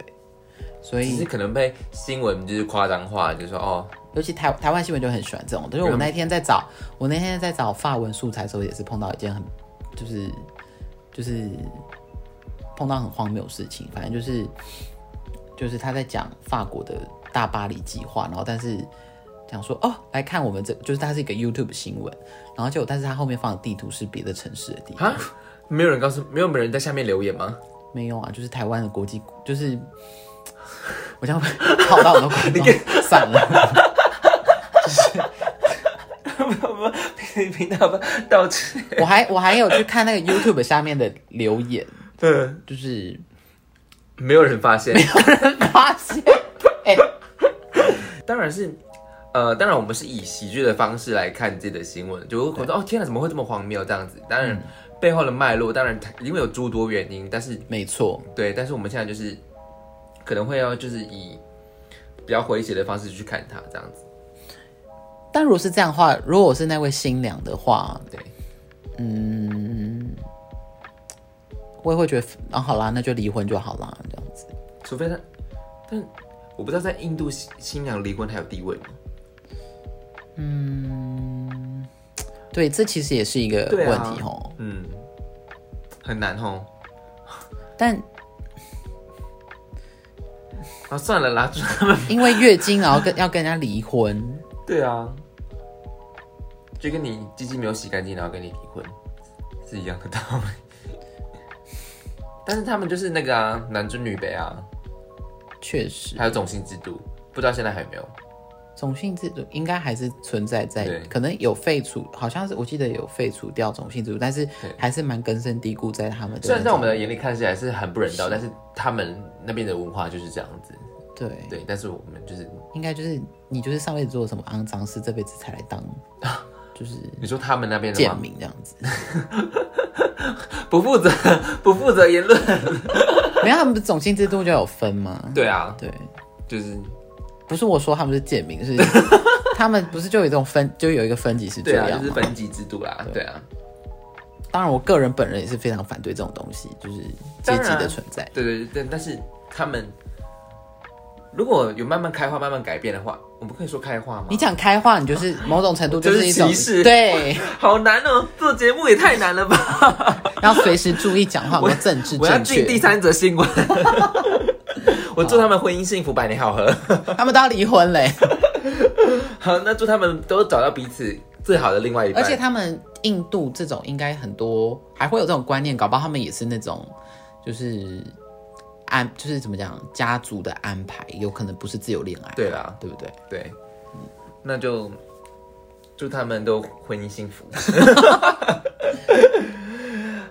S2: 所
S1: 只是
S2: 以
S1: 可能被新闻就是夸张化，就说哦，
S2: 尤其台台湾新闻就很喜欢这种，就是我那天在找，我那天在找法文素材的时候，也是碰到一件很，就是就是碰到很荒谬的事情，反正就是就是他在讲法国的大巴黎计划，然后但是讲说哦，来看我们这就是它是一个 YouTube 新闻，然后结果但是它后面放的地图是别的城市的地图，
S1: 啊，没有人告诉，没有人在下面留言吗？
S2: 没有啊，就是台湾的国际就是。我这样跑到我的广告，算了，
S1: 频频道道歉。
S2: 我还我还有去看那个 YouTube 下面的留言，
S1: 对，
S2: 就是
S1: 没有人发现。
S2: 发现，哎、
S1: 当然是，呃，当然我们是以喜剧的方式来看这的新闻，就会觉得哦天哪，怎么会这么荒谬这样子？当然、背后的脉络，当然它因为有诸多原因，但是
S2: 没错，
S1: 对，但是我们现在就是可能会要就是以比较诙谐的方式去看它这样子。
S2: 但如果是这样的话，如果我是那位新娘的话，
S1: 对，
S2: 嗯，我也会觉得，啊，好啦，那就离婚就好啦，这样子。
S1: 除非他，但我不知道在印度新新娘离婚还有地位吗？
S2: 对，这其实也是一个
S1: 对啊
S2: 问题哦、
S1: 嗯，很难哦。
S2: 但
S1: 啊，算了啦，就他们
S2: 因为月经，然后跟要跟人家离婚，
S1: 对啊，就跟你鸡鸡没有洗干净，然后跟你离婚是一样的道理。 但是他们就是那个啊，男尊女卑啊，
S2: 确实
S1: 还有种姓制度，不知道现在还有没有。
S2: 种姓制度应该还是存在在
S1: 对，
S2: 可能有废除，好像是我记得有废除掉种姓制度，但是
S1: 对
S2: 还是蛮根深蒂固在他们的那种。
S1: 虽然在我们的眼里看起来是很不人道，但是他们那边的文化就是这样子。
S2: 对，
S1: 对，但是我们就是，
S2: 应该就是你就是上辈子做了什么肮脏事，这辈子才来 当，就是
S1: 你说他们那边的
S2: 贱
S1: 吗？
S2: 民这样子。
S1: 不负责， 不负责言论。
S2: 没有，他们不是种姓制度就有分吗？
S1: 对啊，
S2: 对，
S1: 就是
S2: 不是我说他们是贱 民，是他们不是就有一种分，就有一个分级是这
S1: 对啊，
S2: 样
S1: 就是
S2: 吗？
S1: 分级制度啦。对啊，
S2: 当然，我个人本人也是非常反对这种东西，就是阶
S1: 当
S2: 级
S1: 然
S2: 的存在。
S1: 对对对，但但是他们如果有慢慢开化、慢慢改变的话，我们可以说开化吗？
S2: 你讲开化，你就是某种程度
S1: 就是
S2: 一种
S1: 歧视
S2: 对，
S1: 好难哦，做节目也太难了吧！
S2: 要随时注意讲话，有没有政治
S1: 我要
S2: 正
S1: 进第
S2: 确。
S1: 三则新闻， 我祝他们婚姻幸福，百年好合。
S2: 他们都要离婚嘞，
S1: 好，那祝他们都找到彼此最好的另外一半。
S2: 而且他们印度这种应该很多还会有这种观念，搞不好他们也是那种就是安就是怎么讲家族的安排，有可能不是自由恋爱，
S1: 对啦，
S2: 对不对？
S1: 对，那就祝他们都婚姻幸福。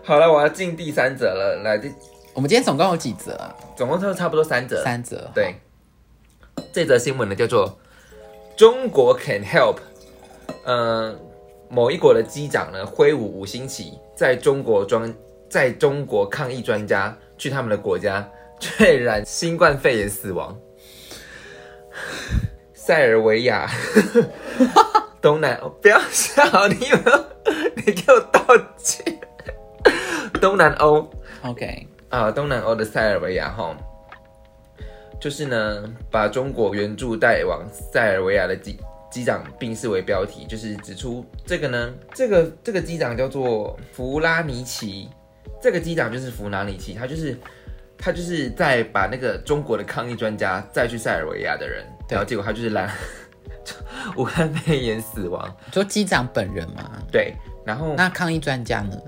S1: 好了，我要进第三则了，来第
S2: 我们今天总共有几则啊？
S1: 总共差不多三则，
S2: 三则。
S1: 对，这则新闻呢叫做“中国 Can Help”，呃，某一国的机长呢挥舞五星旗，在中国专在中国抗议专家去他们的国家，确染新冠肺炎死亡。塞尔维亚，东南，哦不要笑，你有没有？你给我道歉。东南欧
S2: OK，
S1: 啊，东南欧的塞尔维亚哈，就是呢，把中国援助带往塞尔维亚的机机长并视为标题，就是指出这个呢，这个这个机长叫做弗拉尼奇，这个机长就是弗拉尼奇，他就是他就是在把那个中国的抗议专家再去塞尔维亚的人，
S2: 对
S1: 然后结果他就是来 武汉肺炎死亡，
S2: 就机长本人嘛。
S1: 对，然后
S2: 那抗议专家呢？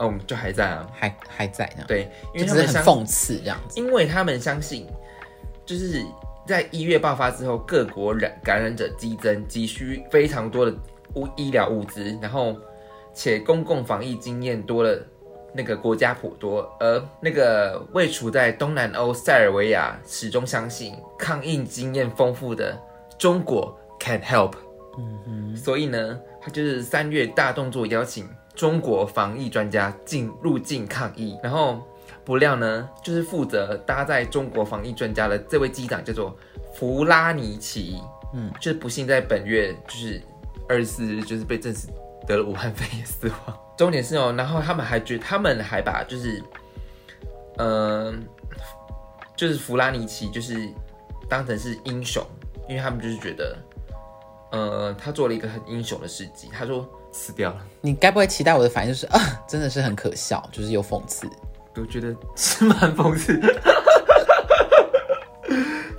S1: 哦，我们就还在啊，
S2: 还还在呢，
S1: 对，因为他
S2: 就只
S1: 们
S2: 是
S1: 相
S2: 很讽刺这样子。
S1: 因为他们相信，就是在一月爆发之后，各国染感染者激增，急需非常多的物医疗物资，然后且公共防疫经验多了那个国家颇多，而呃那个位处在东南欧塞尔维亚，始终相信抗疫经验丰富的中国 can help。所以呢，他就是三月大动作邀请中国防疫专家进入境抗疫，然后不料呢，就是负责搭载中国防疫专家的这位机长叫做弗拉尼奇，嗯，就是不幸在本月就是二十四日就是被证实得了武汉肺炎死亡。重点是哦，然后他们还觉他们还把就是，嗯、就是弗拉尼奇就是当成是英雄，因为他们就是觉得。呃，他做了一个很英雄的事迹，他说死掉了，
S2: 你该不会期待我的反应就是啊，真的是很可笑，就是有讽刺。
S1: 我觉得是蛮讽刺。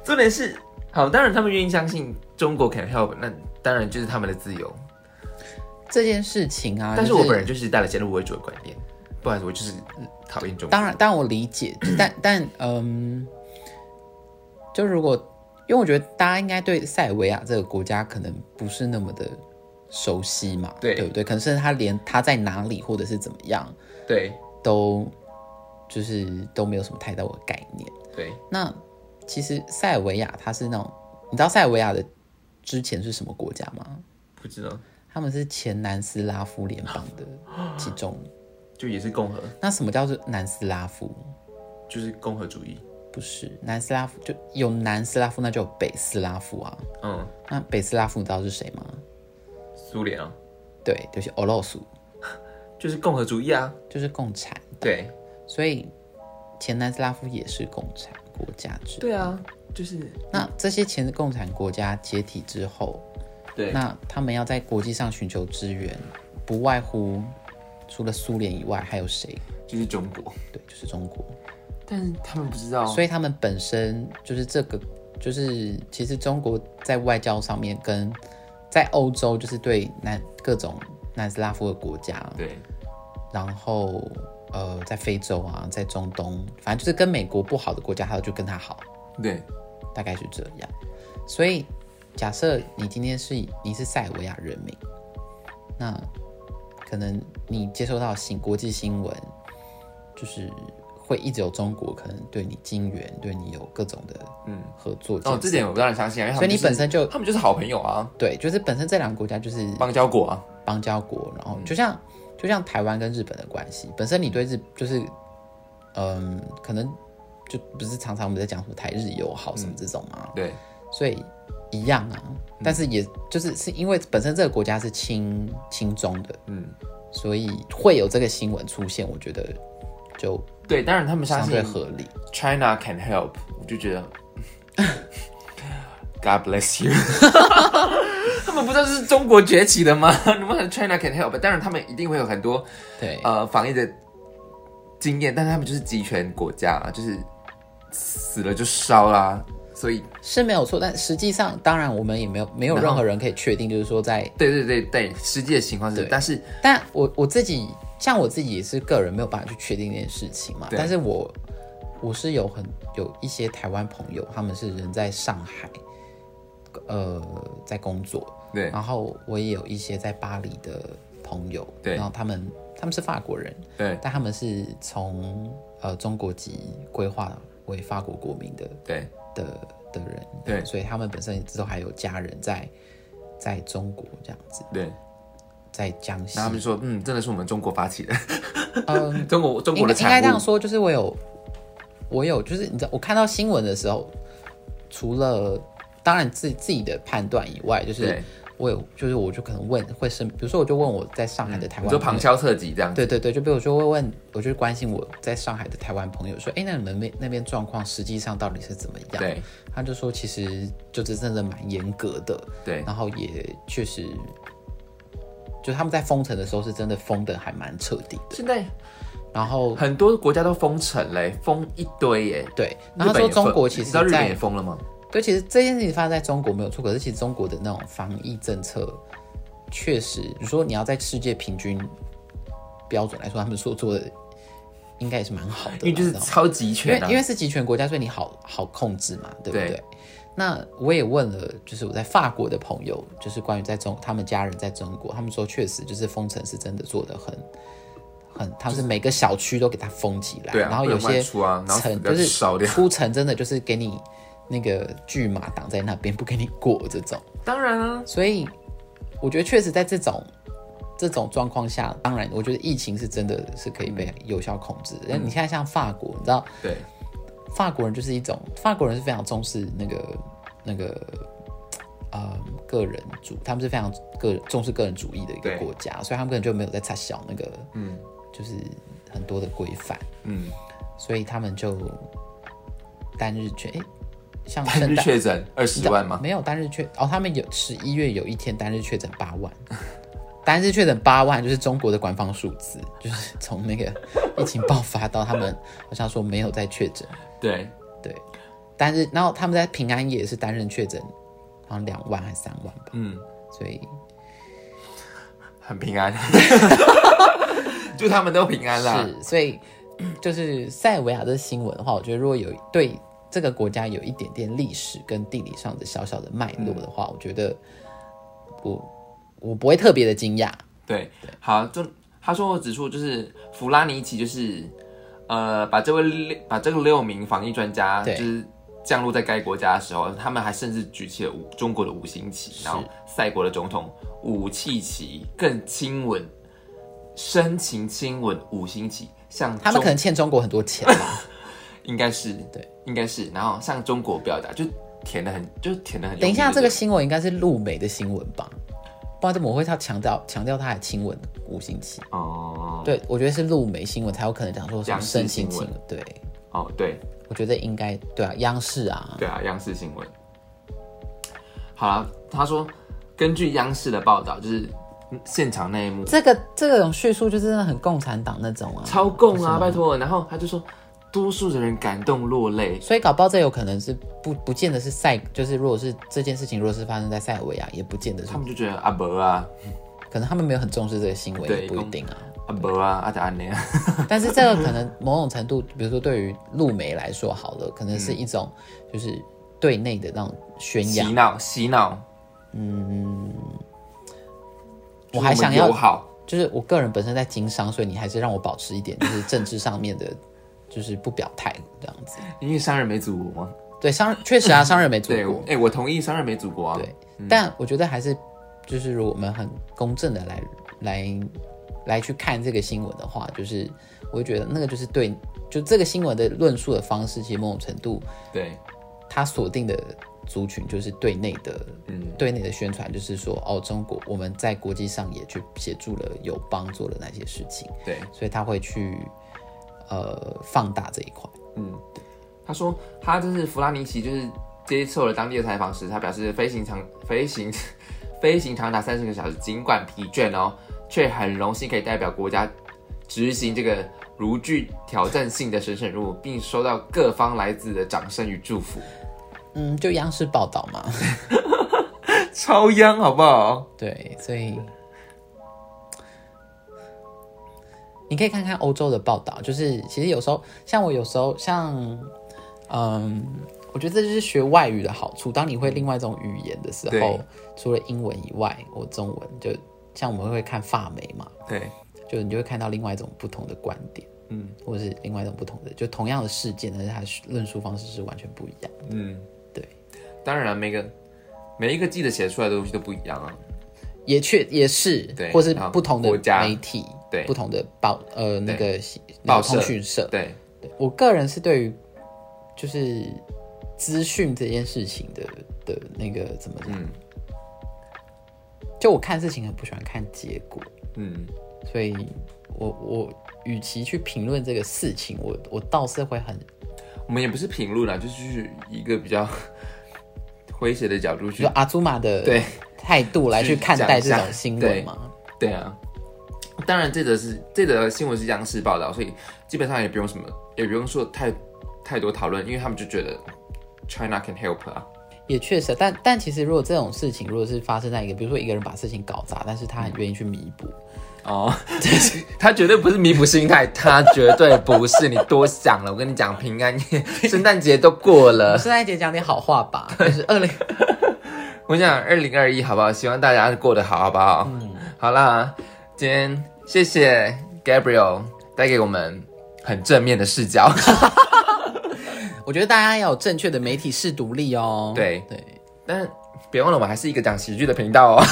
S1: 重点是，好，当然他们愿意相信中国 can help，那当然就是他们的自由。
S2: 这件事情啊，
S1: 但是
S2: 就
S1: 我本人就是带了先入为主的观点，不然我就是嗯讨厌中国。
S2: 当然，当然我理解， 就但但嗯，就如果因为我觉得大家应该对塞尔维亚这个国家可能不是那么的熟悉嘛，
S1: 对
S2: 对不对？可能甚至他连他在哪里或者是怎么样
S1: 对
S2: 都就是都没有什么太多的概念。
S1: 对，
S2: 那其实塞尔维亚它是那种，你知道塞尔维亚的之前是什么国家吗？
S1: 不知道，
S2: 他们是前南斯拉夫联邦的其中。
S1: 就也是共和，
S2: 那什么叫做南斯拉夫？
S1: 就是共和主义。
S2: 不是南斯拉夫，就有南斯拉夫，那就有北斯拉夫啊。
S1: 嗯，
S2: 那北斯拉夫你知道是谁吗？
S1: 苏联啊，
S2: 对，就是俄罗斯，
S1: 就是共和主义啊。
S2: 就是共产。
S1: 对
S2: 所以前南斯拉夫也是共产国家制。
S1: 对啊，就是
S2: 那这些前共产国家解体之后，
S1: 对
S2: 那他们要在国际上寻求支援，不外乎除了苏联以外还有谁？
S1: 就是中国，
S2: 对，就是中国。
S1: 但是他们不知道，
S2: 所以他们本身就是这个，就是其实中国在外交上面跟在欧洲，就是对南各种南斯拉夫的国家，
S1: 对
S2: 然后呃，在非洲啊，在中东，反正就是跟美国不好的国家，他就跟他好，
S1: 对
S2: 大概是这样。所以假设你今天是你是塞尔维亚人民，那可能你接收到新国际新闻，就是会一直有中国可能对你金援，对你有各种的
S1: 嗯
S2: 合作。
S1: 哦，这点我当然相信啊，因为他
S2: 所以
S1: 们
S2: 你
S1: 就是
S2: 本身就
S1: 他们就是好朋友啊，
S2: 对，就是本身这两个国家就是
S1: 邦交国啊。
S2: 邦交国，然后
S1: 嗯
S2: 就像、就像台湾跟日本的关系，本身你对日就是，嗯，可能就不是常常我们在讲什么台日友好什
S1: 嗯
S2: 么这种啊嘛，
S1: 对
S2: 所以一样啊，但是也就是是因为本身这个国家是亲亲中的，
S1: 嗯，
S2: 所以会有这个新闻出现，我觉得就
S1: 对，当然他们相
S2: 相
S1: 信
S2: 对合理。
S1: 嗯 China can help，我就 觉得 God bless you。他们不知道这是中国崛起的吗？你们 China can help，当然他们一定会有很多
S2: 对，
S1: 呃防疫的经验，但是他们就是集权国家啊，就是死了就烧啦，所以
S2: 是没有错，但实际上，当然我们也没有没有
S1: 然后
S2: 任何人可以确定，就是说在
S1: 对对对对，实际的情况是
S2: 对，
S1: 但是
S2: 但我我自己，像我自己也是个人没有办法去确定这件事情嘛。
S1: 对
S2: 但是我我是有很有一些台湾朋友，他们是人在上海，呃，在工作，
S1: 对
S2: 然后我也有一些在巴黎的朋友，
S1: 对
S2: 然后他们他们是法国人，
S1: 对
S2: 但他们是从呃中国籍规划为法国国民的
S1: 对
S2: 的的人，
S1: 对
S2: 所以他们本身之后还有家人在在中国这样子，
S1: 对，
S2: 在江西
S1: 然后他，们说，嗯，真的是我们中国发起的，
S2: 嗯。
S1: 中国中
S2: 应
S1: 国
S2: 该
S1: 的
S2: 应该
S1: 产
S2: 这样
S1: 物，
S2: 说，就是我有，我有，就是你知道，我看到新闻的时候，除了当然自自己的判断以外，就是
S1: 对，
S2: 我有，就是我就可能问会生，比如说我就问我在上海的
S1: 嗯
S2: 台
S1: 你
S2: 湾
S1: 说
S2: 朋
S1: 旁
S2: 友，
S1: 敲侧击这样子，
S2: 对对对，就比如说会问，我就关心我在上海的台湾朋友说，哎，那你们那那边状况实际上到底是怎么样？
S1: 对
S2: 他就说其实就是真的蛮严格的，
S1: 对
S2: 然后也确实，就他们在封城的时候是真的封的还蛮彻底的，
S1: 现在
S2: 然后。
S1: 很多国家都封城嘞，封一堆耶。
S2: 对，然
S1: 日
S2: 后他
S1: 本
S2: 说
S1: 也封
S2: 中国其
S1: 你
S2: 实
S1: 知道日本
S2: 在
S1: 也封了吗？
S2: 对，其实这件事情发生在中国没有错，可是其实中国的那种防疫政策，确实，你说你要在世界平均标准来说，他们所做的应该也是蛮好的啦，
S1: 因为就是
S2: 你知道吗
S1: 超级
S2: 因
S1: 权啊，
S2: 为因为是集权国家，所以你好好控制嘛，对不对？
S1: 对
S2: 那我也问了，就是我在法国的朋友，就是关于在中他们家人在中国，他们说确实就是封城是真的做的很。很，他们是每个小区都给它封起来，
S1: 对啊
S2: 然后有
S1: 不能
S2: 些
S1: 外出啊然后
S2: 城
S1: 死掉
S2: 就
S1: 就烧
S2: 是
S1: 掉
S2: 出城真的就是给你那个巨马挡在那边不给你过这种，
S1: 当然啊，
S2: 所以我觉得确实在这种这种状况下，当然，我觉得疫情是真的是可以被有效控制的。但你现在像法国，你知道
S1: 对，
S2: 法国人就是一种法国人是非常重视那个那个呃个人主，他们是非常个重视个人主义的一个
S1: 对
S2: 国家，所以他们可能就没有在插小那个
S1: 嗯
S2: 就是很多的规范，
S1: 嗯，
S2: 所以他们就单日确诶，像
S1: 单
S2: 圣
S1: 日
S2: 诞
S1: 确诊二十万吗？
S2: 没有单日确哦，他们有十一月有一天单日确诊八万， 单日确诊八万就是中国的官方数字，就是从那个疫情爆发到他们好像说没有再确诊，
S1: 对，
S2: 对，单日然后他们在平安夜是单日确诊，好像两万还是三万吧，
S1: 嗯，
S2: 所以
S1: 很平 安，祝他们都平安啦。
S2: 是所以就是塞尔维亚的新闻的话，我觉得如果有对这个国家有一点点历史跟地理上的小小的脉络的话，
S1: 嗯
S2: 我觉得我我不会特别的惊讶。
S1: 对，好，就他说我指出就是弗拉尼奇就是呃把这位六把这个六名防疫专家就
S2: 对
S1: 是降落在该国家的时候，他们还甚至举起了五中国的五星旗，然后塞国的总统武契奇更亲吻，深情亲吻五星旗，向
S2: 他们
S1: 中
S2: 可能欠中国很多钱
S1: 嗯
S2: 吧，
S1: 应该是
S2: 对，
S1: 应该是，然后向中国表达就舔的很就舔的很用力。
S2: 等一下，这个
S1: 对
S2: 新闻应该是陆美的新闻吧？不然怎么会要强调强调他还亲吻五星旗？
S1: 哦
S2: 对，我觉得是陆美新闻才有可能讲说什么
S1: 央视
S2: 身心
S1: 新
S2: 亲
S1: 闻
S2: 吻。对，
S1: 哦对，
S2: 我觉得应该对啊，央视啊，
S1: 对啊，央视新闻。好了，他说根据央视的报道，就是现场那一幕
S2: 这个这种叙述就真的很共产党那种啊，
S1: 超共啊，
S2: 不
S1: 拜
S2: 是吗。
S1: 托。然后他就说，多数的人感动落泪，
S2: 所以搞不好这有可能是不不见得是塞，就是如果是这件事情，如果是发生在塞尔维亚，也不见得是
S1: 他，们就觉得阿伯啊，
S2: 可能他们没有很重视这个新闻，
S1: 对
S2: 也不一定啊。
S1: 阿伯啊，阿达安内啊，
S2: 但是这个可能某种程度，比如说对于陆媒来说好了，可能是一种就是对内的那种宣
S1: 洗
S2: 扬。
S1: 脑洗脑，嗯
S2: 我还想
S1: 就是
S2: 要
S1: 友，好，
S2: 就是我个人本身在经商，所以你还是让我保持一点就是政治上面的，就是不表态这样子。
S1: 因为商人没祖国嘛。
S2: 对商确实啊，商人没做
S1: 对，
S2: 过
S1: 我，哎，我同意商人没祖国啊。
S2: 对，但我觉得还是就是如果我们很公正的来来来去看这个新闻的话，就是我会觉得那个就是对，就这个新闻的论述的方式，其实某种程度
S1: 对
S2: 他锁定的族群就是对内的，
S1: 嗯
S2: 对内的宣传就是说，哦，中国我们在国际上也去协助了友邦做了哪些事情，
S1: 对，
S2: 所以他会去呃放大这一块。
S1: 嗯，他说他就是弗拉尼奇，就是接受了当地的采访时，他表示飞行长飞行 飞行长达三十个小时，尽管疲倦哦，却很荣幸可以代表国家执行这个如具挑战性的神圣任务，并收到各方来自的掌声与祝福。
S2: 嗯，就央视报道嘛，
S1: 超央好不好？
S2: 对，所以你可以看看欧洲的报道，就是其实有时候像我有时候像嗯，我觉得这就是学外语的好处。当你会另外一种语言的时候
S1: 对，
S2: 除了英文以外，我中文就像我们会看法媒嘛，
S1: 对，
S2: 就你就会看到另外一种不同的观点，
S1: 嗯
S2: 或者是另外一种不同的，就同样的事件，但是它的论述方式是完全不一样。
S1: 嗯，
S2: 对。
S1: 当然了，每个每一个记者写出来的东西都不一样啊。
S2: 也确也是，
S1: 对
S2: 或是
S1: 然后
S2: 不同的
S1: 国家
S2: 媒体，
S1: 对
S2: 不同的报呃那个那
S1: 报
S2: 个
S1: 社
S2: 通讯社。
S1: 对，
S2: 对我个人是对于就是资讯这件事情的的那个怎么讲？
S1: 嗯
S2: 就我看事情很不喜欢看结果，
S1: 嗯，
S2: 所以我我与其去评论这个事情，我我倒是会很
S1: 嗯我们也不是评论啦， 就是一个比较 诙谐的角度
S2: 就
S1: 去
S2: 是。阿祖玛的
S1: 对啊
S2: 态度来去看待这
S1: 讲一下
S2: 种新
S1: 对
S2: 闻嘛。
S1: 对啊，当然这则是这则新闻是央视报道，所以基本上也不用什么，也不用说太太多讨论，因为他们就觉得 China can help 啊。
S2: 也确实，但但其实如果这种事情如果是发生在一个，比如说一个人把事情搞砸，但是他
S1: 嗯
S2: 很愿意去弥补，
S1: 哦， 他绝对不是弥补心态，他绝对不是。你多想了，我跟你讲，平安 夜、圣诞节都过
S2: 我
S1: 了。
S2: 圣诞节讲点好话吧，就是二零
S1: 我想二零二一好不好？希望大家过得好，好不好？好啦，今天谢谢 Gabriel 带给我们很正面的视 角。
S2: 我觉得大家要有正确的媒体是独立哦。
S1: 对
S2: 对，
S1: 但别忘了，我们还是一个讲喜剧的频道哦。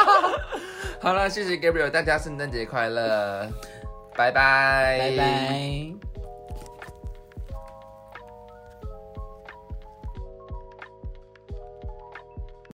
S1: 好了，谢谢 Gabriel，大家圣诞节快乐，拜拜，
S2: 拜拜。